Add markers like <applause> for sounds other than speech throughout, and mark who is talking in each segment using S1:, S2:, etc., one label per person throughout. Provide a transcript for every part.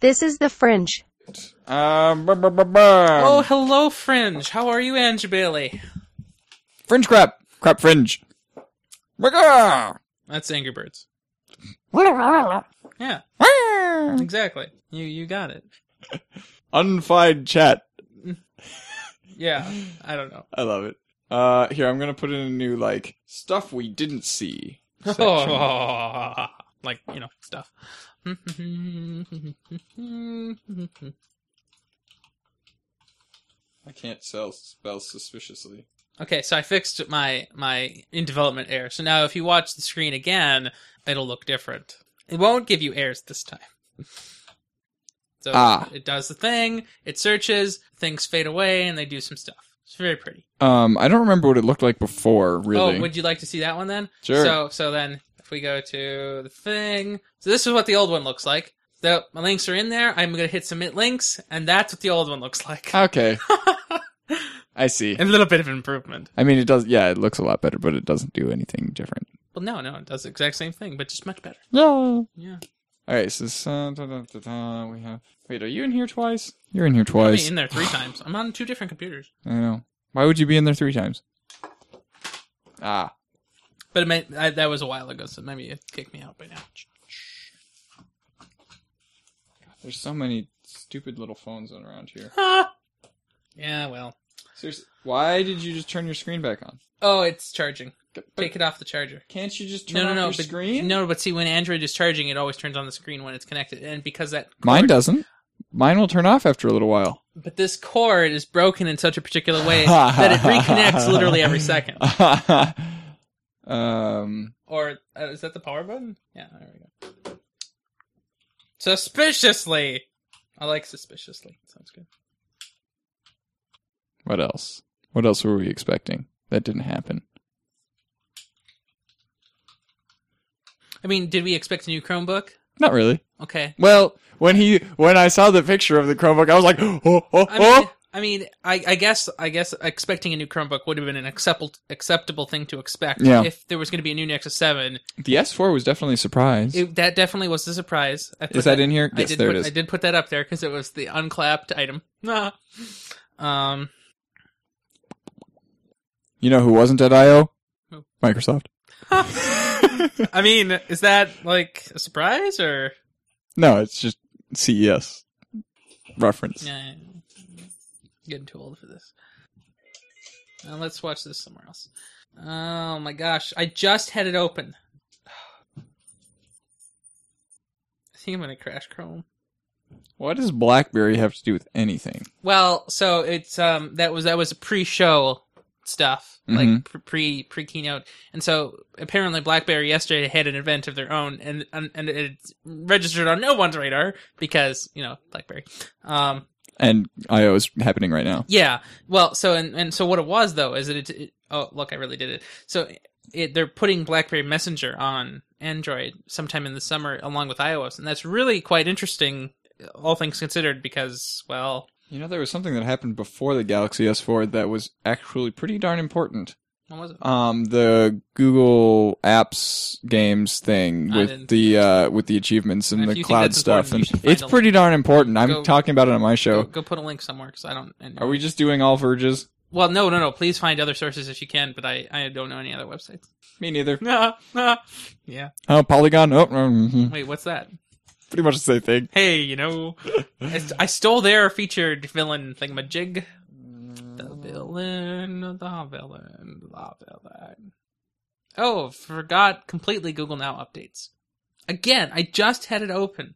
S1: This is the fringe.
S2: Um, br- br- br- br-
S3: Oh, hello, Fringe. How are you, Ange Bailey?
S2: Fringe crap. Crap fringe. Brr-gah!
S3: That's Angry Birds. Yeah,
S2: Brr.
S3: exactly. You you got it.
S2: Unfied chat.
S3: Yeah, I don't know.
S2: I love it. Uh, here, I'm gonna put in a new, like, stuff we didn't see. section.
S3: Oh, like you know stuff. <laughs>
S2: I can't sell, spell suspiciously.
S3: okay, so I fixed my my in development error. So now if you watch the screen again, it'll look different. It won't give you errors this time. <laughs> So
S2: Ah.
S3: it does the thing. It searches. Things fade away, and they do some stuff. It's very pretty.
S2: Um, I don't remember what it looked like before, really.
S3: Oh, would you like to see that one then?
S2: Sure.
S3: So so then if we go to the thing, so this is what the old one looks like. The my links are in there. I'm gonna hit submit links, and that's what the old one looks
S2: <laughs>
S3: like.
S2: Okay. I see.
S3: <laughs> a little bit of improvement.
S2: I mean, it does. Yeah, it looks a lot better, but it doesn't do anything different.
S3: Well, no, no, it does the exact same thing, but just much better.
S2: No.
S3: Yeah.
S2: All right. So uh, da, da, da, da, we have. Wait, are you in here twice? You're in here
S3: I've
S2: twice.
S3: been in there three times. I'm on two different computers,
S2: I know. Why would you be in there three times? Ah.
S3: but it may, I, that was a while ago, so maybe it kicked me out by now.
S2: There's so many stupid little phones around
S3: <laughs>
S2: here.
S3: Ah! Yeah, well.
S2: Seriously, why did you just turn your screen back on?
S3: Oh, it's charging.
S2: But
S3: Take it off the charger.
S2: can't you just turn
S3: No, no,
S2: off
S3: no.
S2: your
S3: But,
S2: screen?
S3: No, but see, when Android is charging, it always turns on the screen when it's connected, and because that
S2: Mine
S3: cord-
S2: doesn't. Mine will turn off after a little while.
S3: But this cord is broken in such a particular
S2: <laughs>
S3: way that it reconnects literally every second.
S2: um.
S3: Or uh, is that the power button? Yeah, there we go. Suspiciously, I like suspiciously. Sounds good.
S2: What else? What else were we expecting? That didn't happen.
S3: I mean, did we expect a new Chromebook?
S2: Not really.
S3: Okay.
S2: Well, when he when I saw the picture of the Chromebook, I was like, <gasps> oh, oh, oh.
S3: I mean, I mean, I, I guess, I guess, expecting a new Chromebook would have been an acceptable acceptable thing to expect
S2: Yeah.
S3: if there was going to be a new Nexus Seven.
S2: the S4 was definitely a surprise. Is
S3: It, that definitely was a surprise. I put
S2: that in here?
S3: I
S2: Yes,
S3: did
S2: there
S3: put,
S2: it is.
S3: I did put that up there because it was the unclapped item. <laughs> Ah. um, <laughs>
S2: You know who wasn't at I/O?
S3: Who?
S2: Microsoft.
S3: I mean, is that like a surprise or?
S2: No, it's just CES reference.
S3: Yeah, getting too old for this. Now let's watch this somewhere else. Oh my gosh, I just had it open. <sighs> I think I'm gonna crash Chrome.
S2: What does BlackBerry have to do with anything?
S3: Well, so it's um that was that was pre-show stuff, like
S2: Mhm.
S3: pre- pre pre keynote, and so apparently BlackBerry yesterday had an event of their own, and and, and it's registered on no one's radar because you know BlackBerry. Um,
S2: And I/O is happening right now.
S3: yeah. Well, so and and so what it was though is that it, it oh look I really did it. So it, they're putting BlackBerry Messenger on Android sometime in the summer along with iOS, and that's really quite interesting, all things considered, because well,
S2: You know, there was something that happened before the Galaxy S4 that was actually pretty darn important.
S3: what was it?
S2: Um, the Google Apps games thing
S3: I
S2: with
S3: didn't-
S2: the uh, with the achievements and
S3: If
S2: the
S3: you think
S2: cloud
S3: that's
S2: stuff, and
S3: important, you should
S2: it's
S3: find a
S2: pretty darn important. I'm
S3: Go-
S2: talking about it on my
S3: Go,
S2: show.
S3: go put a link somewhere because I don't. And,
S2: Are we just doing all verges?
S3: Well, no, no, no. Please find other sources if you can, but I, I don't know any other websites.
S2: Me neither.
S3: No, no. <laughs> Yeah.
S2: Oh, Polygon. Oh, mhm.
S3: Wait, what's that?
S2: pretty much the same thing.
S3: Hey, you know, I, I stole their featured villain
S2: Uh,
S3: thingamajig. The villain, the villain, the villain. Oh, forgot completely Google Now updates. Again, I just had it open.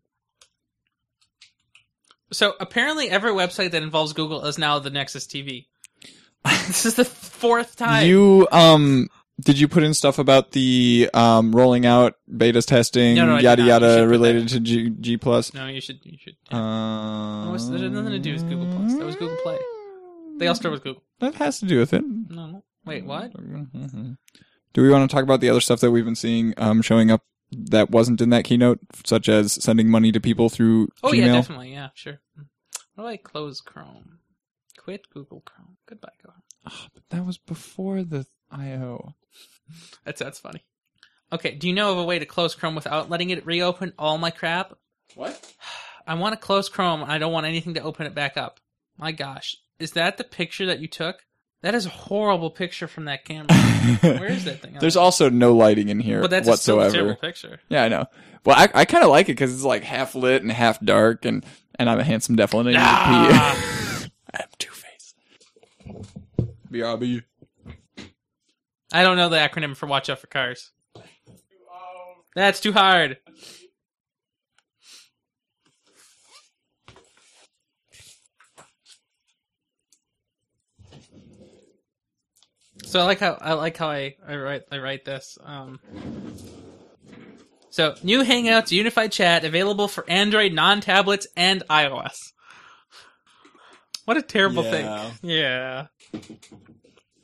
S3: So apparently, every website that involves Google is now the
S2: <laughs>
S3: Nexus TV. this is the fourth time.
S2: You um, did you put in stuff about the um rolling out betas testing
S3: No, no, I did
S2: yada
S3: not. You should put
S2: yada
S3: that
S2: related to G G plus?
S3: No, you should. You should.
S2: Um,
S3: No, it's- it had nothing to do with Google Plus. That was Google Play. They all start with Google.
S2: That has to do with it. Mm-hmm.
S3: No, no.
S2: Mm.
S3: Wait, what?
S2: Do we want to talk about the other stuff that we've been seeing um, showing up that wasn't in that keynote, such as sending money to people through
S3: Oh
S2: Gmail?
S3: yeah, definitely. Yeah, sure. How do I close Chrome? Quit Google Chrome. Goodbye, Chrome.
S2: Ah, but that was before the I/O.
S3: That's that's funny. Okay, do you know of a way to close Chrome without letting it reopen all my crap?
S2: What?
S3: I want to close Chrome. I don't want anything to open it back up. My gosh, is that the picture that you took? That is a horrible picture from
S2: <laughs>
S3: that camera. Where is that thing? Oh,
S2: There's also no lighting in here
S3: but that's a still
S2: whatsoever.
S3: terrible picture.
S2: Yeah, I know. Well, I, I kind of like it because it's like half lit and half dark, and and I'm a handsome devil and I need <laughs> to pee. I'm Two Face. BRB.
S3: I don't know the acronym for Watch Out for Cars. That's too hard. So I like how I like how I, I write I write this. Um, so new Hangouts Unified Chat available for Android non-tablets and iOS. What a terrible
S2: Yeah.
S3: thing. Yeah.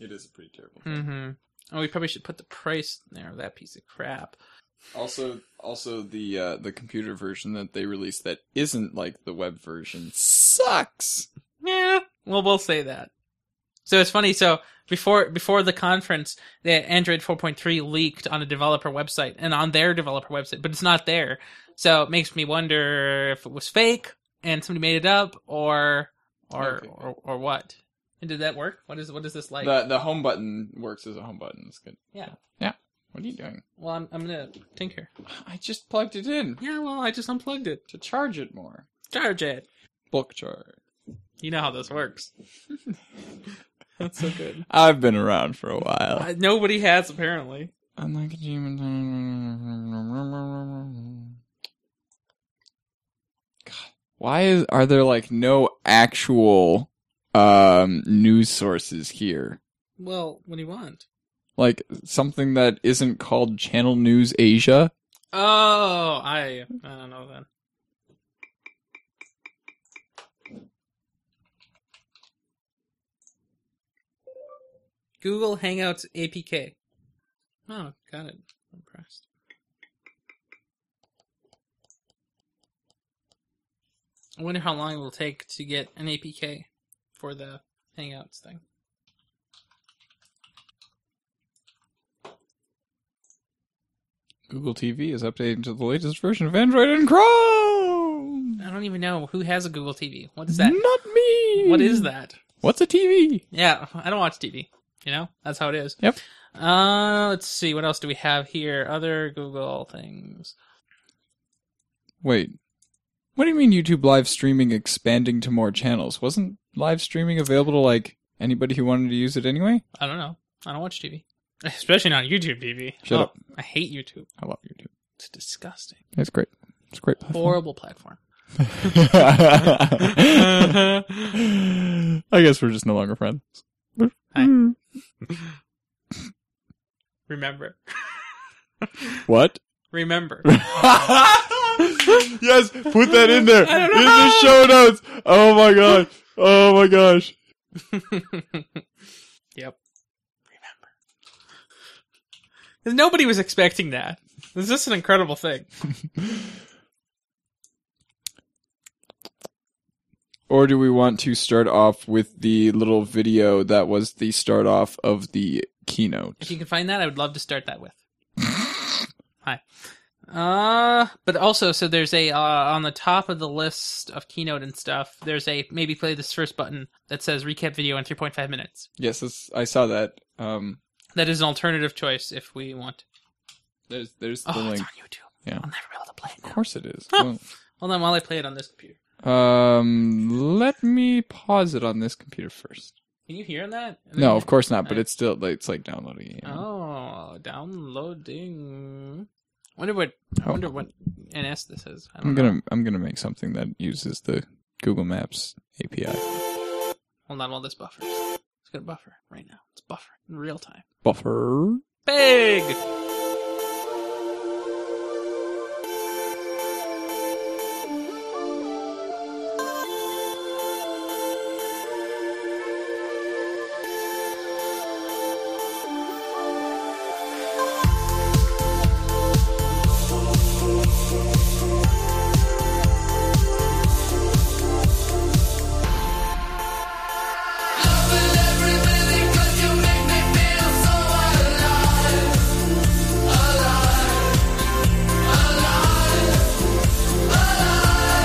S2: It is pretty terrible.
S3: Mm-hmm. Oh, we probably should put the price there. That piece of crap.
S2: Also, also the uh, the computer version that they released that isn't like the web version sucks.
S3: Yeah. Well, we'll say that. So it's funny. So before before the conference, the Android 4.3 leaked on a developer website and on their developer website, but it's not there. So it makes me wonder if it was fake and somebody made it up, or or
S2: Okay.
S3: or, or what. And did that work? What is what is this like?
S2: The the home button works as a home button. It's good.
S3: Yeah.
S2: Yeah. What are you doing?
S3: well, I'm I'm gonna tinker.
S2: I just plugged it in
S3: Yeah. Well, I just unplugged it.
S2: to charge it more.
S3: Charge it.
S2: Book charge.
S3: You know how this works. <laughs> That's so good.
S2: I've been around for a while.
S3: Uh, nobody has apparently.
S2: Unlike a demon. God, why is, are there like no actual um, news sources here?
S3: Well, what do you want?
S2: Like something that isn't called Channel News Asia?
S3: Oh, I I don't know then. Google Hangouts APK. Oh, got it. Impressed. I wonder how long it will take to get an APK for the Hangouts thing.
S2: Google TV is updating to the latest version of Android and Chrome!
S3: I don't even know who has a Google TV. What is that?
S2: Not me!
S3: What is that?
S2: What's a TV?
S3: Yeah, I don't watch TV. You know, that's how it is.
S2: Yep.
S3: Uh, let's see. What else do we have here? Other Google things.
S2: Wait. What do you mean YouTube live streaming expanding to more channels? Wasn't live streaming available to like anybody who wanted to use it anyway?
S3: I don't know. I don't watch TV, <laughs> especially not YouTube TV.
S2: Shut
S3: Oh,
S2: up.
S3: I hate YouTube.
S2: I love YouTube.
S3: It's disgusting.
S2: It's great. It's a <laughs> great.
S3: Horrible platform.
S2: I guess we're just no longer friends.
S3: Hi. Remember,
S2: What? <laughs>
S3: remember. <laughs>
S2: yes, put that in there.
S3: I don't
S2: In the show notes. Oh my god. Oh my gosh.
S3: yep. Remember. Nobody was expecting that. This is just an incredible thing.
S2: Or do we want to start off with the little video that was the start off of the
S3: If
S2: keynote? <laughs>
S3: you can find that, I would love to start that with. Hi. Uh, but also, so there's a uh, on the top of the list of keynote and stuff. There's a maybe play this first button that says recap video in 3.5 minutes.
S2: Yes, that's, I saw that. Um,
S3: That is an alternative choice if we want.
S2: there's there's the
S3: Oh,
S2: link.
S3: it's on YouTube.
S2: Yeah.
S3: I'll never be able to play it.
S2: Of
S3: Now.
S2: course it is.
S3: Huh.
S2: Well,
S3: Hold on, while I play it on this computer.
S2: Um, let me pause it on this computer first.
S3: Can you hear that?
S2: No, of course not. But it's still like, it's like downloading. it, you know?
S3: Oh, downloading. Wonder what? I
S2: Oh.
S3: wonder what NS this is. I don't
S2: I'm
S3: know.
S2: gonna I'm gonna make something that uses the Google Maps API
S3: Hold on while this buffers. It's gonna buffer right now. It's buffering in real time.
S2: buffer.
S3: Big!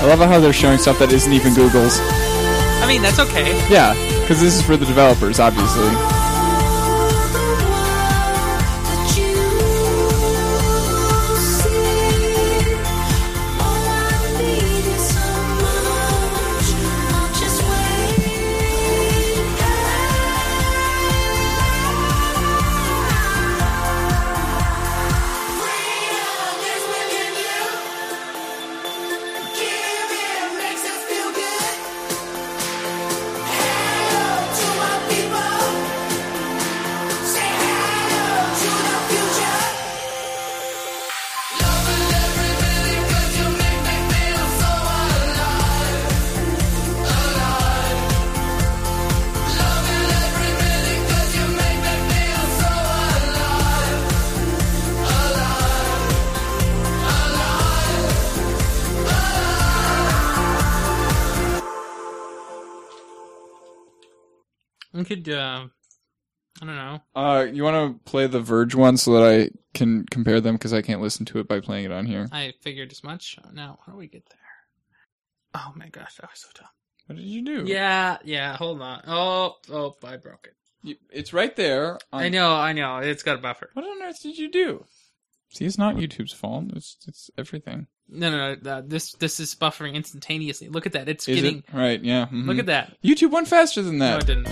S2: love how they're showing stuff that isn't even Google's.
S3: I mean, that's okay.
S2: Yeah, because this is for the developers, obviously.
S3: We could, uh, I don't know.
S2: Uh, you want to play the Verge one so that I can compare them because I can't listen to it by playing it on here.
S3: I figured as much. Now, how do we get there? Oh my gosh, that was so dumb.
S2: What did you do?
S3: Yeah, yeah. Hold on. Oh, oh, I broke it.
S2: You- it's right there. On...
S3: I know, I know. It's got a buffer.
S2: What on earth did you do? See, it's not YouTube's fault. It's it's everything.
S3: No, no, no. Uh, this this is buffering instantaneously. Look at that. It's
S2: Is
S3: getting.
S2: it right? Yeah. mhm.
S3: Look at that.
S2: YouTube went faster than
S3: No,
S2: that.
S3: it didn't.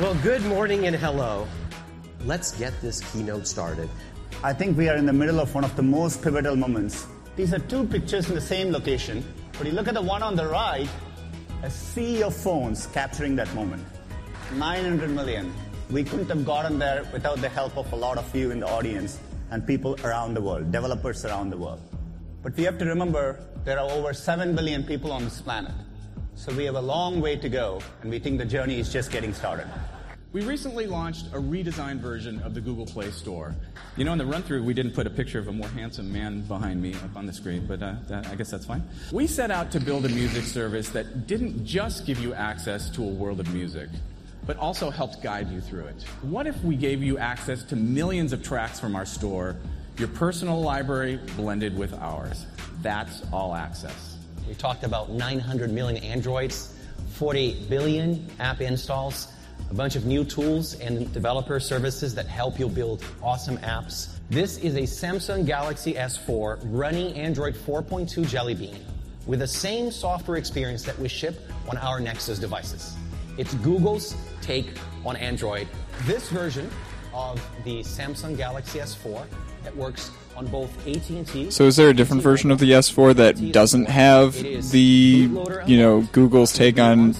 S1: Well, good morning and hello. Let's get this keynote started.
S4: I think we are in the middle of one of the most pivotal moments. These are two pictures in the same location, but you look at the one on the right, a sea of phones capturing that moment. 900 million. We couldn't have gotten there without the help of a lot of you in the audience and people around the world, developers around the world. But we have to remember there are over 7 billion people on this planet. So we have a long way to go, and we think the journey is just getting started.
S5: We recently launched a redesigned version of the Google Play Store. You know, in the run through, we didn't put a picture of a more handsome man behind me up on the screen, but uh, that, I guess that's fine. We set out to build a music service that didn't just give you access to a world of music, but also helped guide you through it. What if we gave you access to millions of tracks from our store, your personal library blended with ours? That's all access.
S1: We talked about 900 million Androids, 48 billion app installs, a bunch of new tools and developer services that help you build awesome apps. This is a Samsung Galaxy S4 running Android 4.2 Jelly Bean with the same software experience that we ship on our Nexus devices. It's Google's take on Android. This version of the Samsung Galaxy S4 that works on both AT&T
S2: So is there a different version of the S4 that doesn't have the you know Google's take on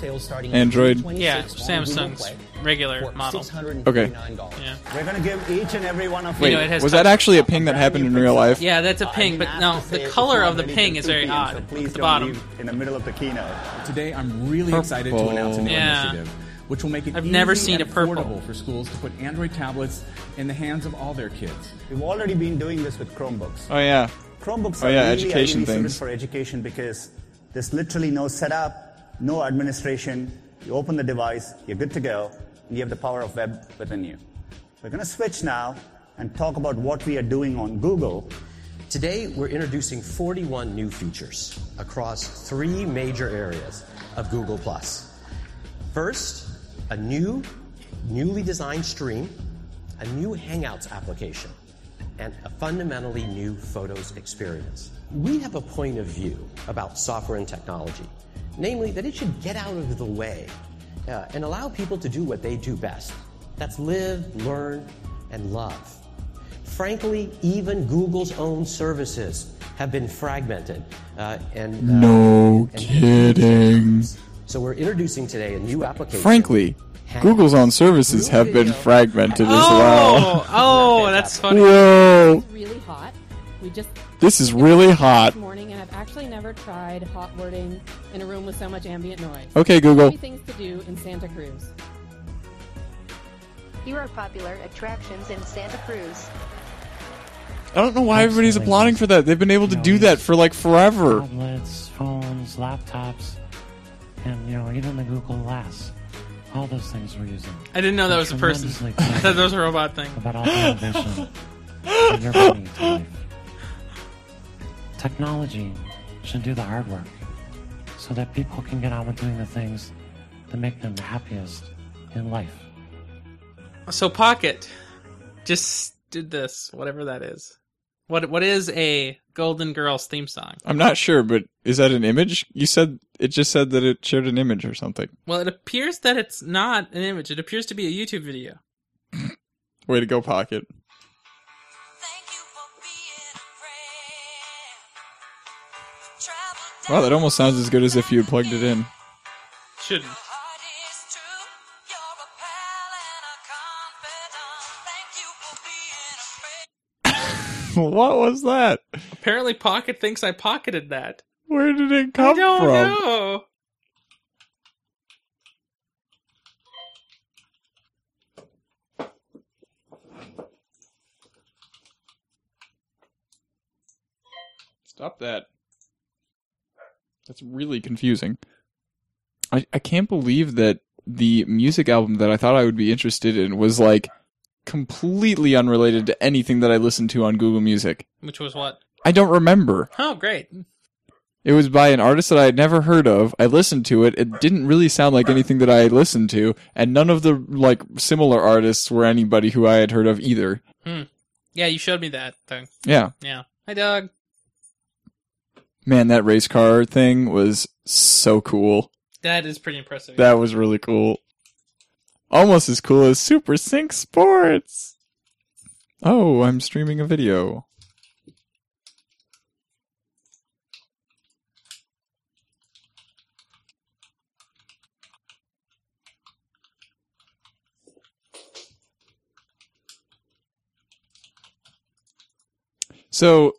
S2: Android?
S3: Yeah, Samsung's regular model.
S2: Okay.
S3: Yeah.
S4: We're going to give each and every one of
S3: Wait,
S4: you
S3: it has
S2: Was that
S3: touch-
S2: actually a ping that happened in real life?
S3: Yeah, that's a ping,
S4: I
S3: but
S4: didn't
S3: no,
S4: ask to say
S3: the
S4: it,
S3: color
S4: it's
S3: of the
S4: already
S3: ping
S4: been
S3: is
S4: 2
S3: very
S4: p.m.,
S3: odd.
S4: So
S3: It's
S4: please
S3: the
S4: don't
S3: bottom.
S4: leave in the middle of the keynote.
S5: Today, I'm really excited to announce a new
S3: Yeah.
S5: initiative, which will make it
S3: I've
S5: easy
S3: never seen
S5: and
S3: a purple.
S5: affordable for schools to put Android tablets in the hands of all their kids.
S4: We've already been doing this with Chromebooks.
S2: Oh yeah.
S4: Chromebooks
S2: Oh,
S4: are
S2: yeah,
S4: really
S2: education
S4: ideally suited
S2: things.
S4: for education because there's literally no setup, no administration. You open the device, you're good to go, and you have the power of web within you. We're going to switch now and talk about what we are doing on Google.
S1: Today, we're introducing 41 new features across three major areas of Google+. First, a new, newly designed stream, a new Hangouts application, and a fundamentally new Photos experience. We have a point of view about software and technology, namely that it should get out of the way uh, and allow people to do what they do best. That's live, learn, and love. Frankly, even Google's own services have been fragmented. uh, and uh,
S2: No
S1: and-
S2: kidding.
S1: So we're introducing today a new application.
S2: Frankly, Google's own services have been fragmented as well. <laughs>
S3: Oh, oh, that's funny.
S2: Whoa.
S6: really hot. We just
S2: This is really hot.
S6: this morning, and I've actually never tried hot wording in a room with so much ambient noise.
S2: Okay,
S6: Three
S2: Google.
S6: things to do in Santa Cruz.
S7: Here are popular attractions in Santa Cruz.
S2: I don't know why everybody's applauding for that. They've been able to do that for like forever.
S8: tablets, phones, laptops, and you know even the Google Glass. All those things we're using.
S3: I didn't know that was a person. <laughs>
S8: Tremendously
S3: I thought that was a robot thing.
S8: About all the innovation that you're bringing to life. Technology should do the hard work so that people can get on with doing the things that make them the happiest in life.
S3: So Pocket just did this, whatever that is. What what is a Golden Girls theme song?
S2: I'm not sure, but is that an image? You said it just said that it shared an image or something.
S3: Well, it appears that it's not an image. It appears to be a YouTube video.
S2: Way to go, Pocket. Wow, that almost sounds as good as if you had plugged it in. <laughs>
S3: Shouldn't.
S2: what was that?
S3: Apparently, Pocket thinks I pocketed that.
S2: Where did it come
S3: I don't
S2: from?
S3: know.
S2: Stop that. That's really confusing. I, I can't believe that the music album that I thought I would be interested in was like completely unrelated to anything that I listened to on Google Music.
S3: Which was what?
S2: I don't remember.
S3: Oh, great.
S2: It was by an artist that I had never heard of. I listened to it. It didn't really sound like anything that I had listened to, and none of the like similar artists were anybody who I had heard of either.
S3: Yeah, you showed me that thing.
S2: Yeah.
S3: Yeah. Hi, Doug.
S2: Man, that race car thing was so cool.
S3: That is pretty impressive.
S2: That was really cool. Almost as cool as Super Sync Sports. Oh, I'm streaming a video. So,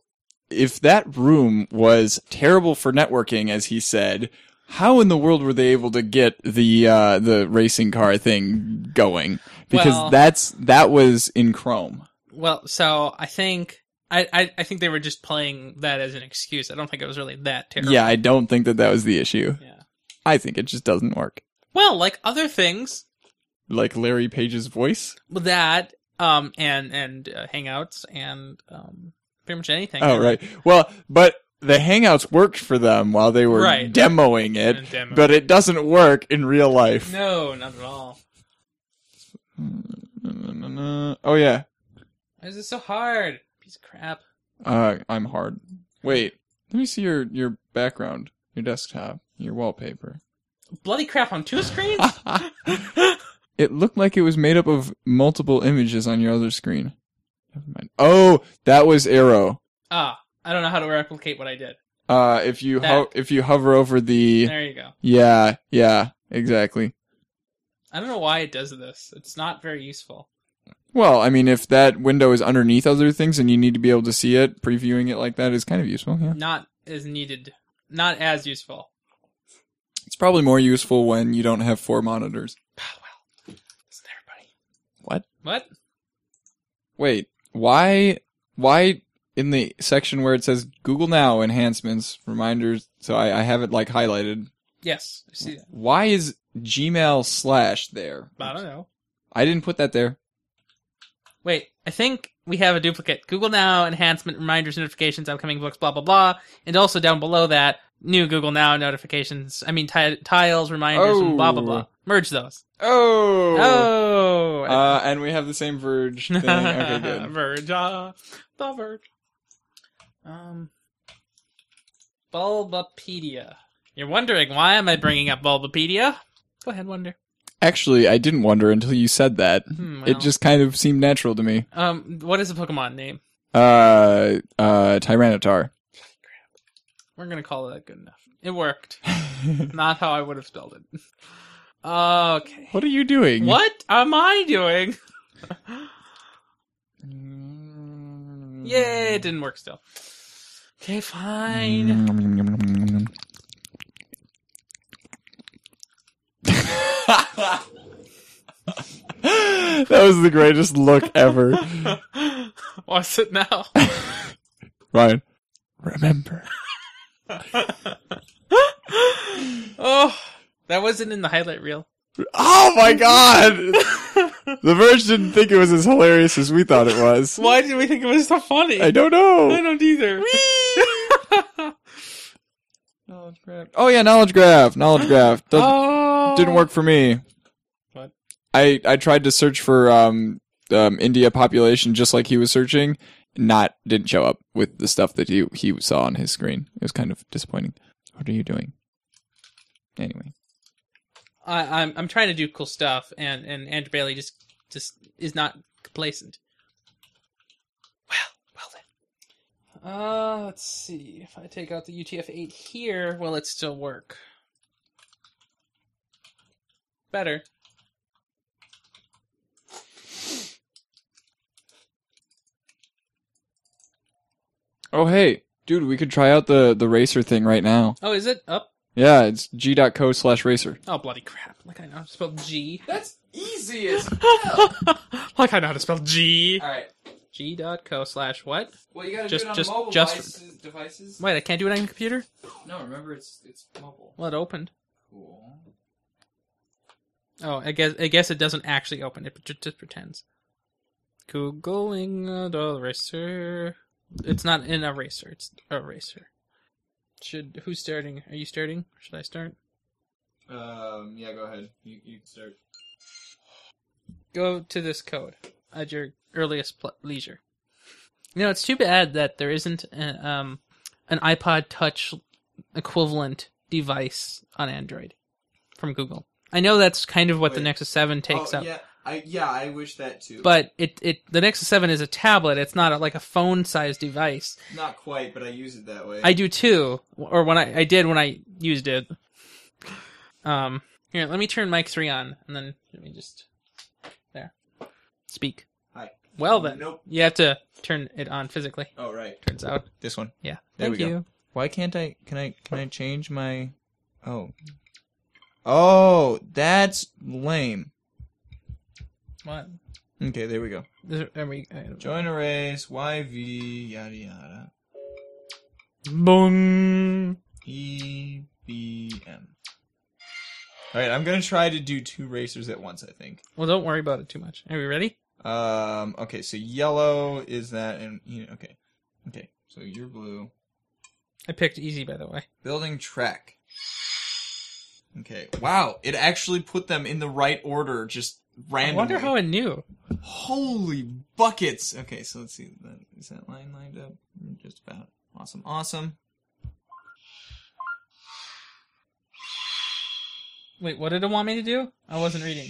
S2: if that room was terrible for networking, as he said, how in the world were they able to get the uh, the racing car thing going? Because
S3: Well-
S2: that's that was in Chrome.
S3: Well, so I think I, I I think they were just playing that as an excuse. I don't think it was really that terrible.
S2: Yeah, I don't think that that was the issue.
S3: Yeah.
S2: I think it just doesn't work.
S3: Well, like other things
S2: Like Larry Page's voice.
S3: with that um and and uh, hangouts and um pretty much anything.
S2: Oh right. Well, but the Hangouts worked for them while they were
S3: Right.
S2: demoing it,
S3: And demoing.
S2: but it doesn't work in real life.
S3: No, not at all.
S2: Oh yeah,
S3: Why is this so hard? Piece of crap.
S2: Uh, I'm hard. Wait, let me see your your background, your desktop, your
S3: <laughs>
S2: wallpaper.
S3: Bloody crap on
S2: <laughs>
S3: two screens? <laughs>
S2: It looked like it was made up of multiple images on your other screen. Never mind. Oh, that was Arrow.
S3: ah, I don't know how to replicate what I did.
S2: Uh, if you ho-
S3: That.
S2: if you hover over the
S3: There you go.
S2: yeah yeah exactly.
S3: I don't know why it does this. It's not very useful.
S2: Well, I mean, if that window is underneath other things and you need to be able to see it, previewing it like that is kind of useful. Yeah,
S3: Not as needed. Not as useful.
S2: it's probably more useful when you don't have four monitors.
S3: Ah, well, isn't everybody?
S2: What?
S3: What?
S2: Wait, why why in the section where it says Google Now enhancements, reminders, so I, I have it like highlighted.
S3: Yes, I see that.
S2: Why is Gmail slash there?
S3: I don't know.
S2: I didn't put that there.
S3: Wait, I think we have a duplicate. Google Now enhancement reminders, notifications, upcoming books, blah blah blah, and also down below that new Google Now notifications. I mean ti- tiles, reminders, and blah blah blah.
S2: Oh.
S3: Merge those.
S2: Oh.
S3: Oh,
S2: Uh, and we have the same Verge
S3: <laughs>
S2: thing. Okay, good.
S3: Verge, uh, the Verge. Um, Bulbapedia. You're wondering why am I bringing up Bulbapedia? Go ahead, wonder.
S2: Actually, I didn't wonder until you said that.
S3: Hmm, well.
S2: It just kind of seemed natural to me.
S3: Um, what is the Pokemon name?
S2: Uh, uh, Tyranitar.
S3: We're gonna call that good enough.
S2: <laughs>
S3: It worked. Not how I would have spelled it. Okay.
S2: What are you doing?
S3: What am I doing? Mm.
S2: Mm.
S3: Yay, it didn't work still. Okay, fine.
S2: that was the greatest look ever. Mm.
S3: <laughs> What's it
S2: <laughs>
S3: now?
S2: Ryan, remember.
S3: oh, that wasn't in the highlight reel.
S2: Oh my god! the Verge didn't think it was as hilarious as we thought it was.
S3: Why did we think it was so funny?
S2: I don't know.
S3: I don't either.
S2: <laughs> Knowledge graph. Oh yeah, knowledge graph. Knowledge graph. Doesn't-
S3: Oh,
S2: Didn't work for me.
S3: What?
S2: I I tried to search for um um India population just like he was searching. Not didn't show up with the stuff that he he saw on his screen. It was kind of disappointing. What are you doing? Anyway,
S3: I, I'm I'm trying to do cool stuff, and and Andrew Bailey just just is not complacent. Well, well then. Uh, let's see. If I take out the UTF-8 here, will it still work? Better.
S2: oh hey, dude, we could try out the the racer thing right now.
S3: Oh, is it up?
S2: Yeah, it's g.co slash racer.
S3: Oh, bloody crap! Like I know how to spell G.
S2: That's easiest.
S3: <laughs> like I know how to spell G.
S2: All right.
S3: G dot co slash what?
S2: Well, you gotta
S3: Just- just- just-
S2: devices, devices.
S3: Wait, I can't do it on your computer.
S2: No, remember it's it's mobile.
S3: Well, it opened.
S2: Cool.
S3: Oh, I guess I guess it doesn't actually open. It ju- just pretends. Googling the eraser. It's not an eraser. It's a eraser. Should who's starting? Are you starting? Should I start?
S2: Um. Yeah. Go ahead. You you can start.
S3: Go to this code at your earliest pl- leisure. You know, it's too bad that there isn't a, um an iPod Touch equivalent device on Android from Google. I know that's kind of what the
S9: Wait.
S3: Nexus Seven
S5: Oh,
S3: takes
S2: Oh,
S3: up.
S9: Yeah, I yeah, I wish that too.
S3: but it, it the Nexus 7 is a tablet. It's not a, like a phone sized device.
S9: not quite. But I use it that way.
S3: I do too, or when I I did when I used it. Um, here, let me turn mic three on, and then let me just there speak.
S9: Hi.
S3: Well then,
S9: Nope.
S3: you have to turn it on physically.
S9: Oh right,
S3: Turns out,
S9: this one.
S3: yeah.
S9: There
S3: Thank
S9: we go.
S3: you.
S9: Why can't I? Can I? Can I change my? Oh. Oh, that's lame.
S3: What?
S9: Okay, there we go.
S3: Is there- are we- uh,
S9: Join arrays, YV, yada yada,
S3: Boom.
S9: E, EBM. All right, I'm gonna try to do two racers at once. I think.
S3: Well, don't worry about it too much. Are we ready?
S9: Um. Okay, so yellow is that, and you know, okay, okay. So you're blue.
S3: I picked easy, by the way.
S9: Building track. Okay. Wow, it actually put them in the right order, just
S3: I
S9: randomly.
S3: wonder how it knew. <laughs>
S9: Holy buckets! Okay, so let's see. That, is that line lined up? Just about. Awesome, awesome.
S3: Wait, what did it want me to do? I wasn't reading.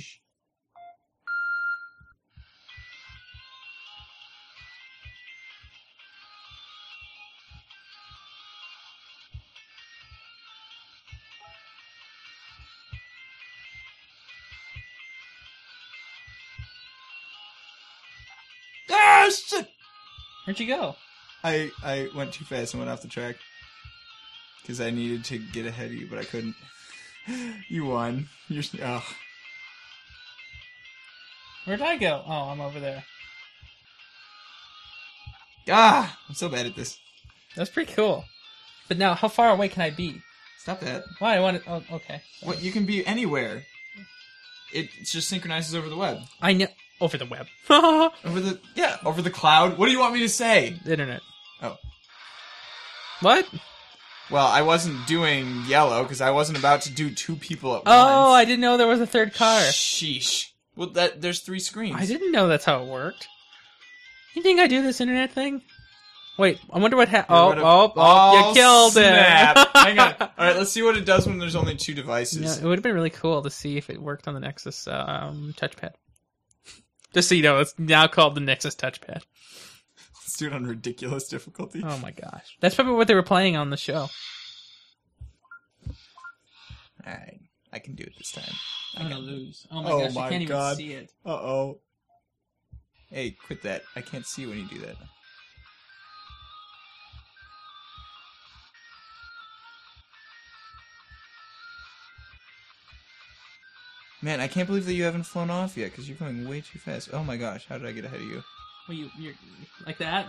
S9: Ah, shit!
S3: Where'd you go?
S9: I, I went too fast and went off the track. Because I needed to get ahead of you, but I couldn't. You won. You're. s- Oh.
S3: Where'd I go? Oh, I'm over there.
S9: Ah! I'm so bad at this.
S3: That's pretty cool. But now, how far away can I be?
S9: Stop that.
S3: Why? I want to. Oh, okay.
S9: What? You can be anywhere. It just synchronizes over the web.
S3: I know. Over the web. <laughs> the
S9: Over the yeah, over the cloud. What do you want me to say?
S3: internet.
S9: Oh,
S3: What?
S9: well, I wasn't doing yellow because I wasn't about to do two people at
S3: Oh, I
S9: once.
S3: didn't know there was a third car.
S9: Sheesh. Well, that there's three screens.
S3: I didn't know that's how it worked. You think I do this internet thing? Wait, I wonder what happened. Oh,
S9: What a-
S3: oh, oh, you killed
S9: snap.
S3: it.
S9: Hang
S3: <laughs>
S9: on. All right, let's see what it does when there's only two
S3: You know,
S9: devices.
S3: it would have been really cool to see if it worked on the Nexus um, touchpad. <laughs> Just so you know, it's now called the Nexus touchpad.
S9: Let's do it on ridiculous difficulty.
S3: Oh my gosh. That's probably what they were playing on the show.
S9: All right, I can do it this time.
S3: I'm gonna lose. Oh my
S9: Oh
S3: gosh,
S9: my
S3: I can't
S9: God.
S3: even see it.
S9: Uh oh. Hey, quit that. I can't see when you do that. Man, I can't believe that you haven't flown off yet because you're going way too fast. Oh my gosh, how did I get ahead of you?
S3: Well, you, you're like that.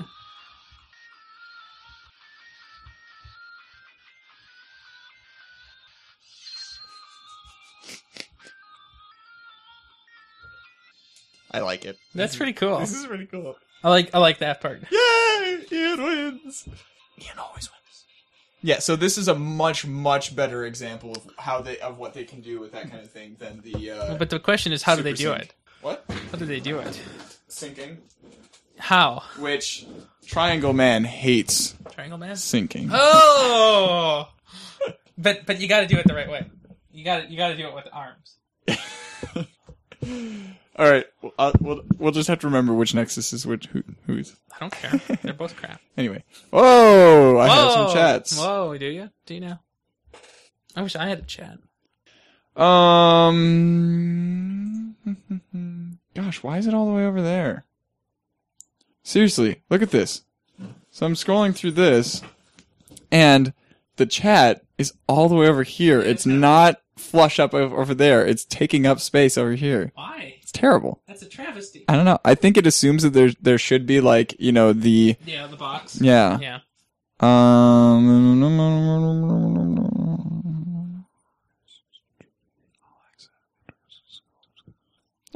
S9: I like it.
S3: That's pretty cool.
S9: This is pretty cool.
S3: I like I like that part.
S9: Yay! Ian wins! Ian always wins. Yeah, so this is a much much better example of how they of what they can do with that kind of thing than the uh,
S3: But the question is, how do they do
S9: Super sync.
S3: it?
S9: what
S3: How do they do it?
S9: sinking,
S3: How?
S9: which Triangle Man hates
S3: Triangle man.
S2: Sinking.
S3: <laughs> Oh. but but you got to do it the right way. You got to you got to do it with arms.
S2: All right, well, uh, we'll we'll just have to remember which Nexus is which who who's.
S3: I don't <laughs> care. They're both crap.
S2: Anyway, whoa! I have some chats.
S3: Whoa, do you? Do you know? I wish I had a chat.
S2: Um. <laughs> Gosh, why is it all the way over there? Seriously, look at this. So I'm scrolling through this, and the chat is all the way over here. It's not flush up ov- over there. It's taking up space over here.
S3: Why?
S2: It's terrible.
S3: That's a travesty.
S2: I don't know. I think it assumes that there there should be like you know the
S3: Yeah, the box.
S2: yeah
S3: Yeah.
S2: um.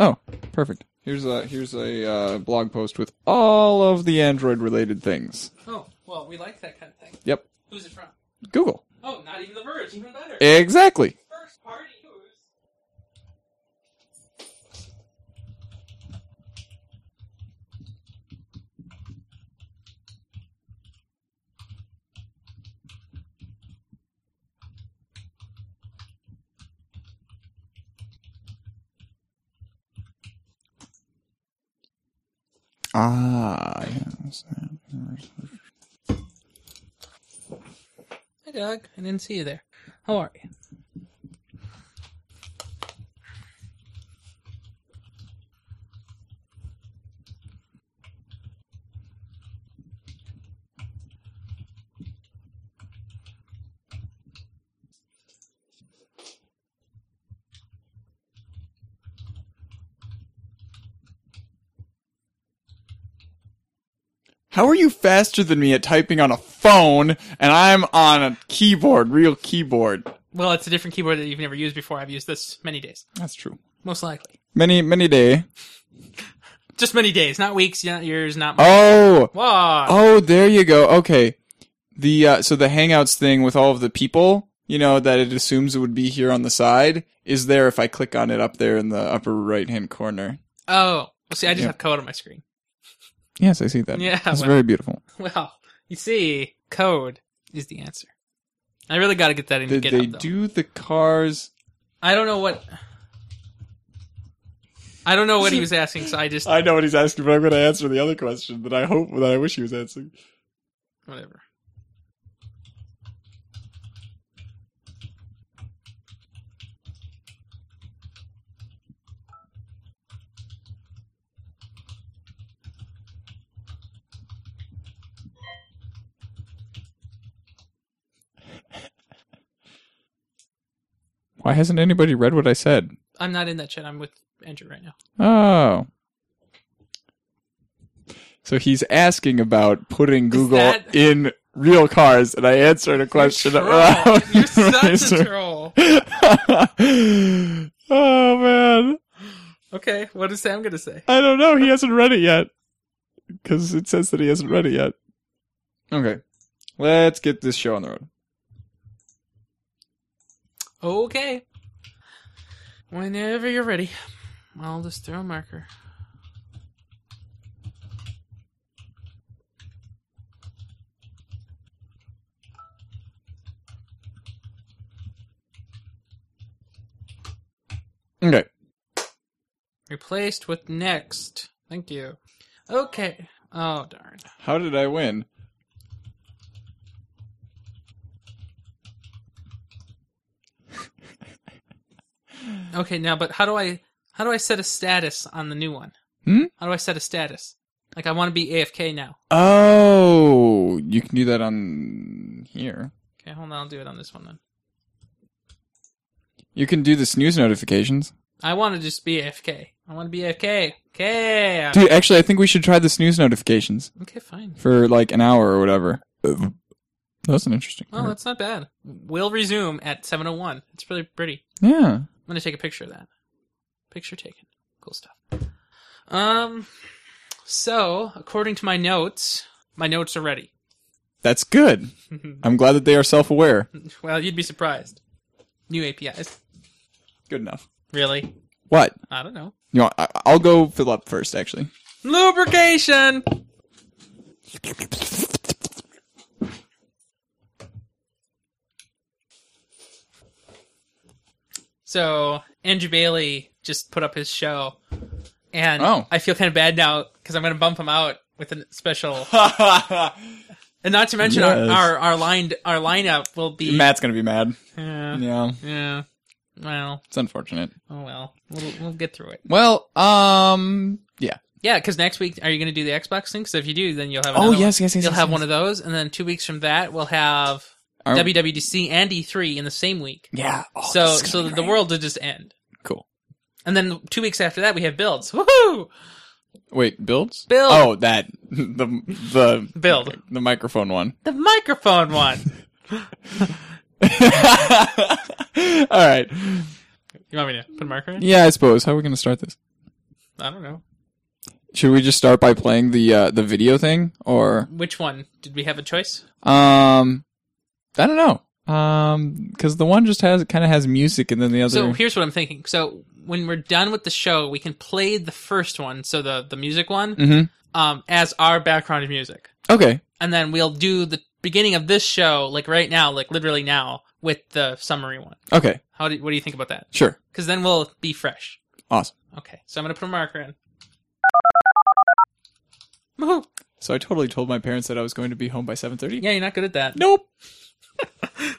S2: Oh, perfect. Here's a here's a uh, blog post with all of the Android related things.
S3: Oh, well, we like that kind of thing.
S2: Yep,
S3: Who's it from?
S2: Google.
S3: Oh, not even The Verge. Even better.
S2: Exactly.
S3: First party who's.
S2: Ah, yes.
S3: Hi, Doug. I didn't see you there. How are you?
S2: How are you faster than me at typing on a phone and I'm on a keyboard, real keyboard?
S3: Well, it's a different keyboard that you've never used before. I've used this many days,
S2: That's true.
S3: most likely.
S2: Many many day.
S3: Just many days, not weeks, not years, not months.
S2: Oh,
S3: Whoa.
S2: Oh, there you go. Okay. The uh, so the Hangouts thing with all of the people, you know, that it assumes it would be here on the side is there if I click on it up there in the upper right hand corner.
S3: Oh. Well, see, I just
S2: Yeah.
S3: have code on my screen. <laughs>
S2: Yes, I see that.
S3: Yeah,
S2: it's
S3: well.
S2: very beautiful.
S3: Well, you see, code is the answer. I really got to get that into
S2: Did they
S3: GitHub. though.
S2: do the cars?
S3: I don't know what. I don't know
S2: <laughs>
S3: what he was asking, so I just
S2: I know what he's asking, but I'm going to answer the other question that I hope that I wish he was answering.
S3: whatever.
S2: Why hasn't anybody read what I said?
S3: I'm not in that chat. I'm with Andrew right now.
S2: Oh. So he's asking about putting Google
S3: that-
S2: in real cars, and I answered <laughs> a question
S3: Troll.
S2: around.
S3: You're such a
S2: Racer.
S3: troll.
S2: <laughs> oh man,
S3: Okay, what is Sam gonna say?
S2: I don't know. He hasn't read it yet because it says that he hasn't read it yet. Okay, let's get this show on the road.
S3: Okay. Whenever you're ready, I'll just throw a marker.
S2: Okay,
S3: Replaced with next. Thank you. Okay. Oh darn.
S2: how did I win?
S3: Okay, now but how do I how do I set a status on the new one?
S2: Hmm?
S3: How do I set a status? Like I want to be AFK now.
S2: Oh, you can do that on here.
S3: Okay, hold on, I'll do it on this one then.
S2: You can do the snooze notifications.
S3: I want to just be AFK. I want to be AFK. Okay. I'm-
S2: Dude, actually, I think we should try the snooze notifications
S3: Okay, fine.
S2: for like an hour or whatever. That's an interesting.
S3: Well, that's not bad. We'll resume at 7:01. It's pretty pretty.
S2: yeah.
S3: I'm gonna take a picture of that. Picture taken. Cool stuff. Um, so according to my notes, my notes are ready.
S2: That's
S3: <laughs>
S2: good. I'm glad that they are self aware.
S3: Well, you'd be surprised. New APIs.
S2: Good enough.
S3: Really?
S2: What?
S3: I don't know.
S2: You know, I, I'll go fill up first,
S3: <laughs>
S2: actually.
S3: Lubrication! So, Andrew Bailey just put up his show. And
S2: Oh.
S3: I feel kind of bad now because I'm going to bump him out with a special. and not to mention
S2: Yes.
S3: our, our, our, line, our lineup will be.
S2: Matt's gonna be mad.
S3: Yeah.
S2: Yeah,
S3: Yeah. Well,
S2: it's unfortunate.
S3: oh well. We'll, we'll get through it.
S2: Well, um, yeah.
S3: Yeah, because next week, are you going to do the Xbox thing? Because if you do, then you'll have.
S2: Oh,
S3: another
S2: yes,
S3: one.
S2: yes, yes,
S3: You'll
S2: yes,
S3: have
S2: yes.
S3: one of those, and then two weeks from that, we'll have
S2: Are-
S3: WWDC and E3 in the same week.
S2: Yeah. Oh,
S3: so,
S2: this is
S3: so
S2: gonna be
S3: the
S2: great.
S3: world will just end.
S2: Cool.
S3: And then two weeks after that, we have builds. Woohoo!
S2: Wait, builds?
S3: Build.
S2: Oh, that the the
S3: Build.
S2: the microphone one. <laughs>
S3: The microphone one.
S2: All right.
S3: You want me to put a marker in?
S2: Yeah, I suppose. How are we gonna start this?
S3: I don't know.
S2: Should we just start by playing the uh, the video thing, or
S3: Which one? Did we have a choice?
S2: um, I don't know, um, because the one just has kind of has music, and then the other.
S3: So here's what I'm thinking. So when we're done with the show, we can play the first one, so the the music one,
S2: Mhm.
S3: um, as our background music,
S2: okay,
S3: and then we'll do the beginning of this show, like right now, like literally now, with the summary one.
S2: okay,
S3: How do what do you think about that?
S2: sure,
S3: Because then we'll be fresh.
S2: awesome.
S3: Okay, so I'm gonna put a marker in. Woohoo!
S2: So I totally told my parents that I was going to be home by seven thirty.
S3: Yeah, you're not good at that.
S2: Nope.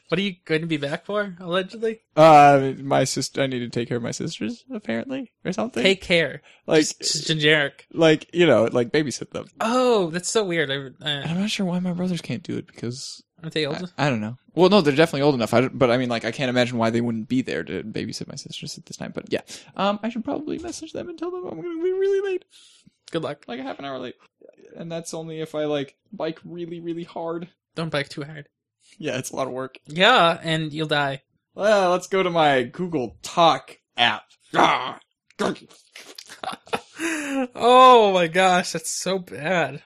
S3: What are you going to be back for? Allegedly,
S2: Uh, my sister. I need to take care of my sisters apparently, or something.
S3: take care.
S2: like,
S3: It's generic.
S2: like you know, like babysit them.
S3: Oh, that's so weird. I,
S2: And
S3: uh,
S2: I'm not sure why my brothers can't do it because
S3: aren't they
S2: I,
S3: old?
S2: I don't know. Well, no, they're definitely old enough. I don't- but I mean, like, I can't imagine why they wouldn't be there to babysit my sisters at this time. But yeah, um, I should probably message them and tell them I'm going to be really late,
S3: Good luck.
S2: like a half an hour late, and that's only if I like bike really, really hard.
S3: Don't bike too hard.
S2: Yeah, it's a lot of work.
S3: Yeah, and you'll die. <laughs>
S2: Well, let's go to my Google Talk app. Ah, grr.
S3: oh my gosh, that's so bad.